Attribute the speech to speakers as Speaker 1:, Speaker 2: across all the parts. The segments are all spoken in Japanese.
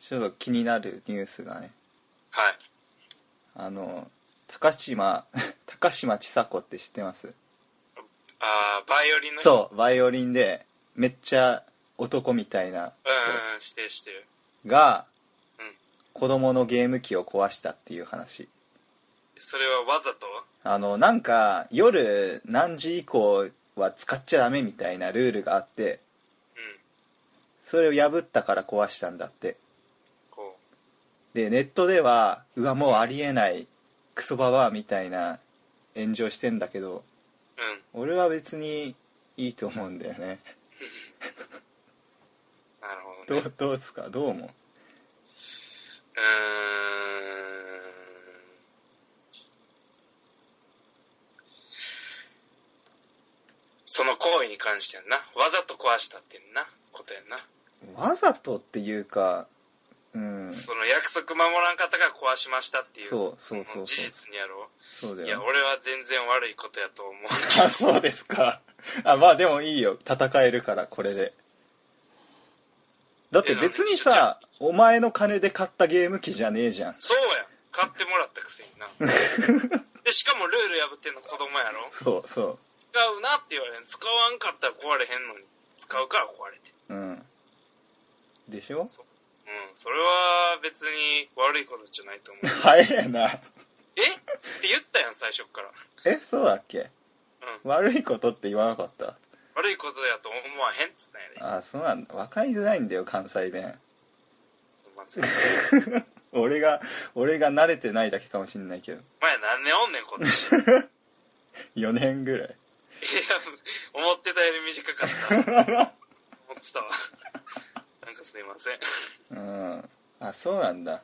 Speaker 1: ちょっと気になるニュースがね
Speaker 2: はい。
Speaker 1: あの高島 高島千佐子って知ってます
Speaker 2: あーバイオリンの人
Speaker 1: そうバイオリンでめっちゃ男みたいな
Speaker 2: うん、うん、してるしてる。
Speaker 1: が
Speaker 2: うん
Speaker 1: 子供のゲーム機を壊したっていう話
Speaker 2: それはわざと
Speaker 1: あのなんか夜何時以降は使っちゃダメみたいなルールがあって
Speaker 2: うん。
Speaker 1: それを破ったから壊したんだって
Speaker 2: こう。
Speaker 1: でネットではうわもうありえないクソババアみたいな炎上してんだけど
Speaker 2: うん。
Speaker 1: 俺は別にいいと思うんだよ ね
Speaker 2: なるほど
Speaker 1: ど
Speaker 2: ね。
Speaker 1: うどうっすかどう思う
Speaker 2: うーんその行為に関してやんな。わざと壊したってんな。ことやんな。
Speaker 1: わざとっていうかうん
Speaker 2: その約束守らんかったから壊しましたっていう。
Speaker 1: そうそうそうそう
Speaker 2: の事実にやろ
Speaker 1: そう
Speaker 2: う。
Speaker 1: だ
Speaker 2: いや、
Speaker 1: よ
Speaker 2: 俺は全然悪いことやと思
Speaker 1: あ
Speaker 2: う。
Speaker 1: そうですかあまあでもいいよ戦えるからこれでだって別にさお前の金で買ったゲーム機じゃねえじゃん
Speaker 2: そうや買ってもらったくせに な。で、しかもルール破ってんの子供やろ
Speaker 1: そうそ
Speaker 2: 使うなって言われん。使わんかったら壊れへんのに。使うから壊れて。
Speaker 1: ううんでしょ
Speaker 2: そうん、それは別に悪いことじゃないと思う。
Speaker 1: 早えな
Speaker 2: えって言ったやん、最初っから。
Speaker 1: えそうだっけ
Speaker 2: うん。
Speaker 1: 悪いことって言わなかった
Speaker 2: 悪いことやと思わへんっつったんやで。
Speaker 1: あそうなんだ分かりづらいんだよ関西弁
Speaker 2: すんません。お
Speaker 1: 俺が俺が慣れてないだけかもしんないけど
Speaker 2: 前何年おんねん、こっち。いや、
Speaker 1: 4年ぐらい
Speaker 2: 思ってたより短かった。思ってたわ。 なんかすいません。うん。
Speaker 1: うんあそうなんだ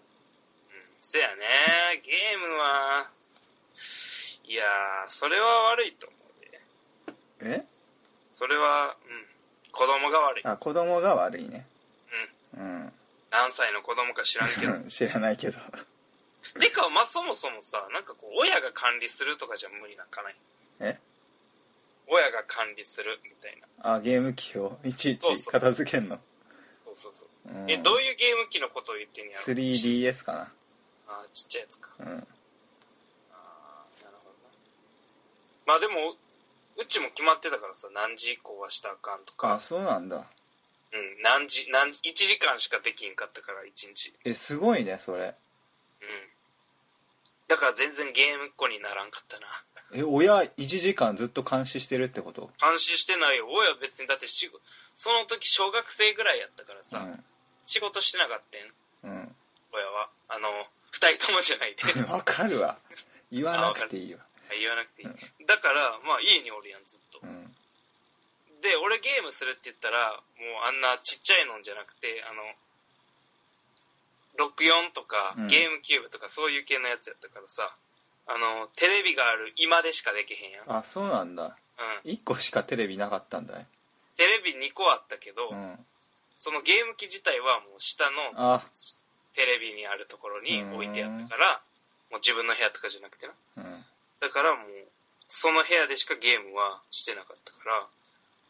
Speaker 2: せやね、ゲームは、いやー、それは悪いと思うで。
Speaker 1: え
Speaker 2: それは、うん。子供が悪い。うん。
Speaker 1: あ子供が悪いねうん
Speaker 2: 何歳の子供か知らんけど。
Speaker 1: 知らないけど
Speaker 2: てかまあそもそもさなんかこう親が管理するとかじゃ無理なんかない
Speaker 1: え
Speaker 2: 親が管理するみたいな
Speaker 1: あゲーム機をいちい
Speaker 2: そう
Speaker 1: ち
Speaker 2: そう
Speaker 1: 片付けんの
Speaker 2: そうそうそう、
Speaker 1: うん
Speaker 2: えどういうゲーム機のことを言ってんやろ
Speaker 1: 3DS か
Speaker 2: あーちっちゃいやつか
Speaker 1: なうん
Speaker 2: あーなるほどなまあでもうちも決まってたからさ何時以降はしたらあかんと
Speaker 1: あ
Speaker 2: か
Speaker 1: そうなんだ
Speaker 2: うん何時何時1時間しかできんかったから1日
Speaker 1: えすごいねそれ
Speaker 2: うんだから全然ゲームっ子にならんかったな
Speaker 1: え親1時間ずっと監視してるってこと
Speaker 2: 監視してないよ親は別にだってしその時小学生ぐらいやったからさ、仕事してなかったん
Speaker 1: うん、うん、
Speaker 2: 親はあの2人ともじゃないで
Speaker 1: 分かるわ言わなくていいわ
Speaker 2: 言わなくていいだからまあ家におるやんずっと
Speaker 1: うん
Speaker 2: で俺ゲームするって言ったらもうあんなちっちゃいのんじゃなくてあの64とか
Speaker 1: うん
Speaker 2: ゲームキューブとかそういう系のやつやったからさ、あのテレビがある今でしかできへんやん、うん、
Speaker 1: あそうなんだ1個しかテレビなかったんだね
Speaker 2: テレビ2個あったけど、
Speaker 1: うん
Speaker 2: そのゲーム機自体はもう下の
Speaker 1: あ
Speaker 2: テレビにあるところに置いてあったからもう自分の部屋とかじゃなくてな
Speaker 1: うん
Speaker 2: だからもうその部屋でしかゲームはしてなかったか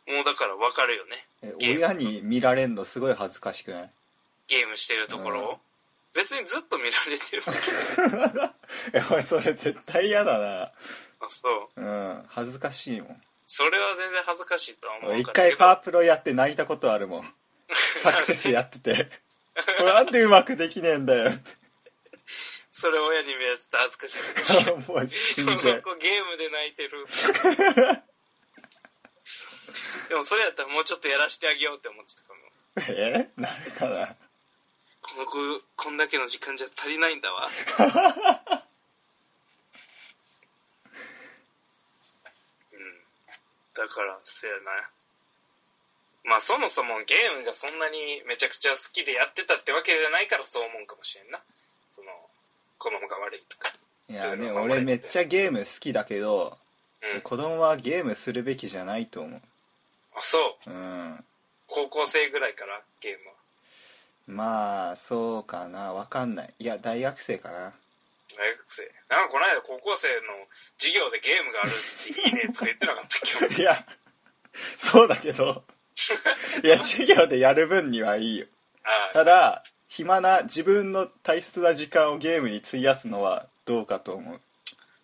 Speaker 2: らもうだから分かるよね
Speaker 1: え
Speaker 2: ゲーム
Speaker 1: 親に見られんのすごい恥ずかしくない
Speaker 2: ゲームしてるところを別にずっと見られてるわけ
Speaker 1: え俺それ絶対嫌だ
Speaker 2: あそう
Speaker 1: なうん恥ずかしいもん
Speaker 2: それは全然恥ずかしいとは思
Speaker 1: 俺
Speaker 2: う
Speaker 1: 一
Speaker 2: から
Speaker 1: 回パワープロやって泣いたことある もんサクセスやっててこれなんでうまくできねえんだ よっ
Speaker 2: それ親に見られてたら恥ずかしい
Speaker 1: てもう死ん
Speaker 2: この
Speaker 1: じゃう
Speaker 2: 子ゲームで泣い てるでもそれやったらもうちょっとやらしてあげようって思ってたかも
Speaker 1: えなるかな
Speaker 2: この子こんだけの時間じゃ足りないんだわうんだからせやなまあそもそもゲームがそんなにめちゃくちゃ好きでやってたってわけじゃないからそう思うかもしれんなその子供が悪いとか
Speaker 1: いやね俺めっちゃゲーム好きだけど
Speaker 2: うん
Speaker 1: 子供はゲームするべきじゃないと思う
Speaker 2: あそ
Speaker 1: う
Speaker 2: う
Speaker 1: ん
Speaker 2: 高校生ぐらいからゲームは
Speaker 1: まあそうかなわかんないいや大学生かな
Speaker 2: 大学生なんかこの間高校生の授業でゲームがあるっつって「いいね」とか言ってなかったっ け
Speaker 1: いやそうだけどいや授業でやる分にはいいよ
Speaker 2: ああ
Speaker 1: ただ暇な自分の大切な時間をゲームに費やすのはどうかと思う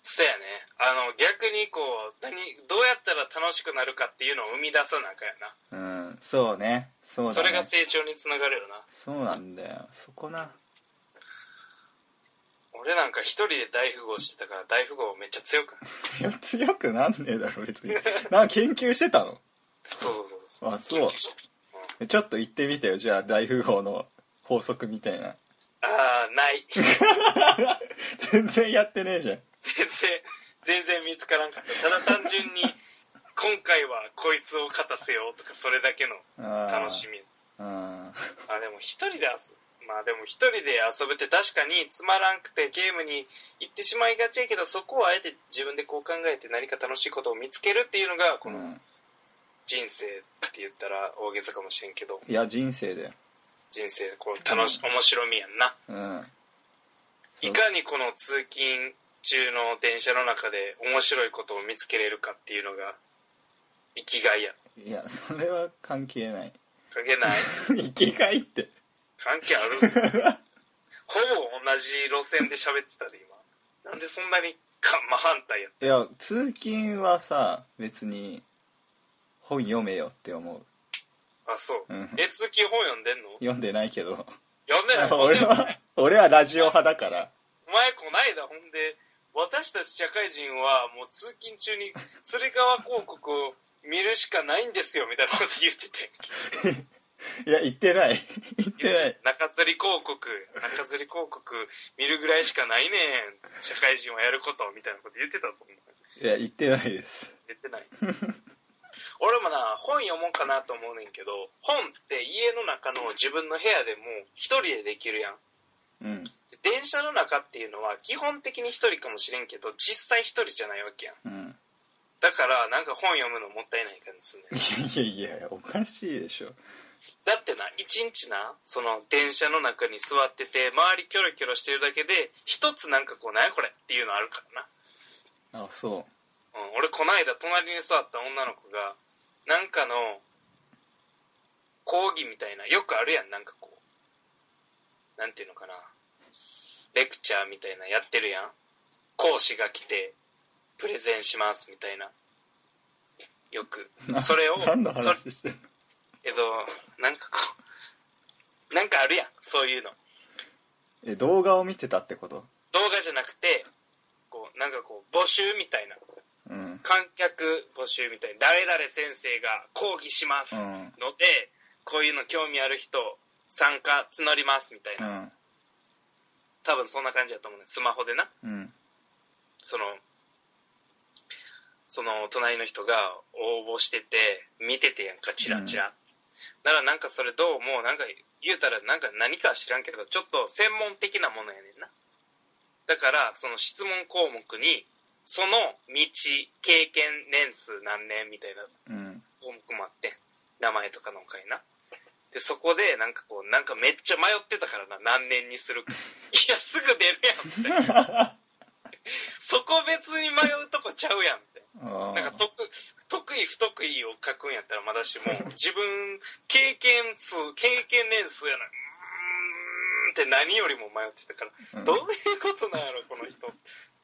Speaker 2: そうやねあの逆にこう何どうやったら楽しくなるかっていうのを生み出さなあかんやな
Speaker 1: うんそうねそうだね
Speaker 2: それが成長につながるよな
Speaker 1: そうなんだよそこな
Speaker 2: 俺なんか一人で大富豪してたから大富豪めっちゃ強くない
Speaker 1: いや強くなんねえだろ別になんか研究してたの
Speaker 2: そうそうそうそう
Speaker 1: あそうちょっと行ってみてよじゃあ大富豪の法則みたいな
Speaker 2: ああない
Speaker 1: 全然やってねえじゃん
Speaker 2: 全然全然見つからんかったただ単純に今回はこいつを勝たせようとかそれだけの楽しみ
Speaker 1: みうん
Speaker 2: あでも一人で遊まあでも一人で遊ぶって確かにつまらんくてゲームに行ってしまいがちやけどそこをあえて自分でこう考えて何か楽しいことを見つけるっていうのがこ
Speaker 1: う
Speaker 2: の
Speaker 1: ん
Speaker 2: 人生って言ったら大げさかもしれんけど
Speaker 1: いや人生だよ
Speaker 2: 人生こう楽し面白みやんな
Speaker 1: うん
Speaker 2: いかにこの通勤中の電車の中で面白いことを見つけれるかっていうのが生きがいや
Speaker 1: いやそれは関係ない
Speaker 2: かけない
Speaker 1: 生きがいって
Speaker 2: 関係ある ほぼ同じ路線で喋ってたで今なんでそんなにか真反対や
Speaker 1: いや通勤はさ別に本読めよって思
Speaker 2: あそう
Speaker 1: う、うん、
Speaker 2: え通勤本読んでんの
Speaker 1: 読んでないけ ど
Speaker 2: 読んでない
Speaker 1: 俺
Speaker 2: ほんで
Speaker 1: は俺はラジオ派だから
Speaker 2: お前こないだほんで私たち社会人はもう通勤中に鶴川広告を見るしかないんですよみたいなこと言ってて
Speaker 1: いや言ってない 言ってない
Speaker 2: 中吊り広告中吊り広告見るぐらいしかないねん社会人はやることみたいなこと言ってたと思う
Speaker 1: いや言ってないです
Speaker 2: 言ってない俺もな本読もうかなと思うねんけど本って家の中の自分の部屋でも一人でできるやん
Speaker 1: うん
Speaker 2: で電車の中っていうのは基本的に一人かもしれんけど実際一人じゃないわけやん
Speaker 1: うん
Speaker 2: だからなんか本読むのもったいない感じすんねん
Speaker 1: いやいやいやおかしいでしょ
Speaker 2: だってな一日なその電車の中に座ってて周りキョロキョロしてるだけで一つなんかこう「何やこれ」っていうのあるから
Speaker 1: あそ
Speaker 2: な、うん、俺こないだ隣に座った女の子がなんかの講義みたいなよくあるやんなんかこうなんていうのかなレクチャーみたいなやってるやん講師が来てプレゼンしますみたいなよく
Speaker 1: うな
Speaker 2: それを
Speaker 1: 何の
Speaker 2: それ
Speaker 1: 話してんの
Speaker 2: けどなんかこうなんかあるやんそういうの
Speaker 1: え動画を見てたってこと
Speaker 2: 動画じゃなくてこうなんかこう募集みたいな
Speaker 1: うん
Speaker 2: 観客募集みたいな誰々先生が講義します
Speaker 1: うん
Speaker 2: ので、こういうの興味ある人参加募りますみたいうな、
Speaker 1: ん
Speaker 2: 多分そんな感じだと思うねスマホでな
Speaker 1: うん
Speaker 2: そのその隣の人が応募してて見ててやんかチラチラ、ならなんかそれどうもなんか言うたらなんか何かは知らんけどちょっと専門的なものやねんなだからその質問項目にその道経験年数何年みたいな
Speaker 1: うん
Speaker 2: 項目もあってん名前とかのほかになでそこでなんかこうなんかめっちゃ迷ってたからな何年にするか いやすぐ出るやんみたいなそこ別に迷うとこちゃうやんって
Speaker 1: あ
Speaker 2: なんか得得意不得意を書くんやったらまだし も自分経験数経験年数やなうーんって何よりも迷ってたから、
Speaker 1: うん
Speaker 2: どういうことなんやろこの人っ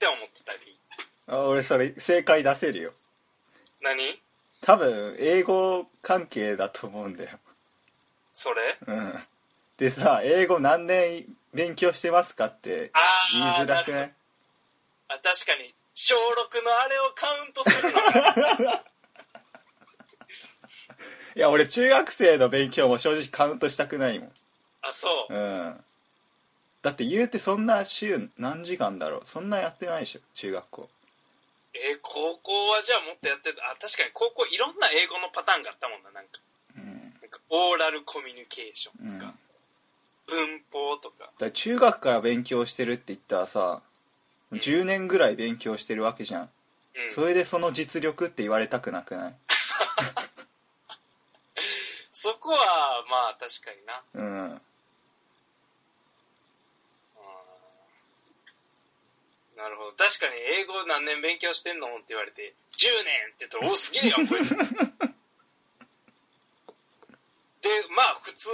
Speaker 2: て思ってたり
Speaker 1: あ俺それ正解出せるよ
Speaker 2: 何
Speaker 1: 多分英語関係だと思うんだよ
Speaker 2: それ
Speaker 1: うんでさ英語何年勉強してますかって言い
Speaker 2: ああ
Speaker 1: づらくない
Speaker 2: あ確かに小6のあれをカウントするのか
Speaker 1: いや俺中学生の勉強も正直カウントしたくないもん
Speaker 2: あそう
Speaker 1: うんだって言うてそんな週何時間だろうそんなやってないでしょ中学校
Speaker 2: えー高校はじゃあもっとやってたあ確かに高校いろんな英語のパターンがあったもんななんか
Speaker 1: うんだか
Speaker 2: なんかオーラルコミュニケーションと
Speaker 1: うん
Speaker 2: か、文法とから
Speaker 1: 中学から勉強してるって言ったらさ
Speaker 2: うん
Speaker 1: 10年ぐらい勉強してるわけじゃん
Speaker 2: うん
Speaker 1: それでその実力って言われたくなくない
Speaker 2: そこはまあ確かにな
Speaker 1: うん
Speaker 2: うんなるほど確かに英語何年勉強してんのって言われて10年って言ったら「おおすげえやんこいつ」でまあ普通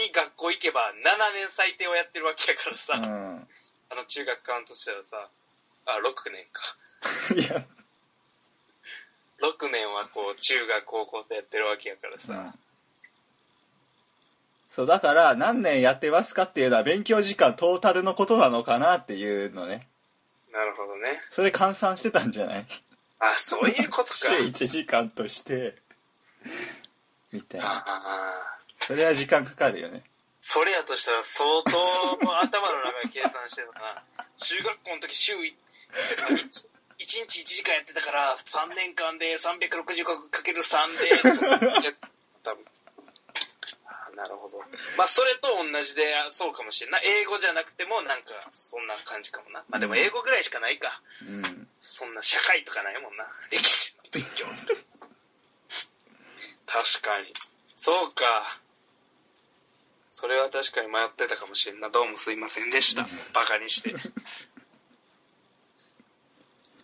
Speaker 2: に学校行けば7年最低はやってるわけやからさ、
Speaker 1: うん
Speaker 2: あの中学カウントしたらさあ6年か
Speaker 1: いや
Speaker 2: 6年はこう中学高校とやってるわけやから
Speaker 1: うん
Speaker 2: さ、
Speaker 1: そうだから何年やってますかっていうのは勉強時間トータルのことなのかなっていうのね
Speaker 2: なるほどね
Speaker 1: それ換算してたんじゃない
Speaker 2: あ そういうことか
Speaker 1: 週1時間としてみたいな
Speaker 2: ああ
Speaker 1: それは時間かかるよね
Speaker 2: それやとしたら相当もう頭の中で計算してたな中学校の時週 1, 日1時間やってたから3年間で 365×3 でとかやってたあーなるほどまあそれと同じであそうかもしれんない英語じゃなくてもなんかそんな感じかもなまあでも英語ぐらいしかないか
Speaker 1: うん
Speaker 2: そんな社会とかないもんな歴史の勉強とか確かにそうかそれは確かに迷ってたかもしれんなどうもすいませんでしたバカにして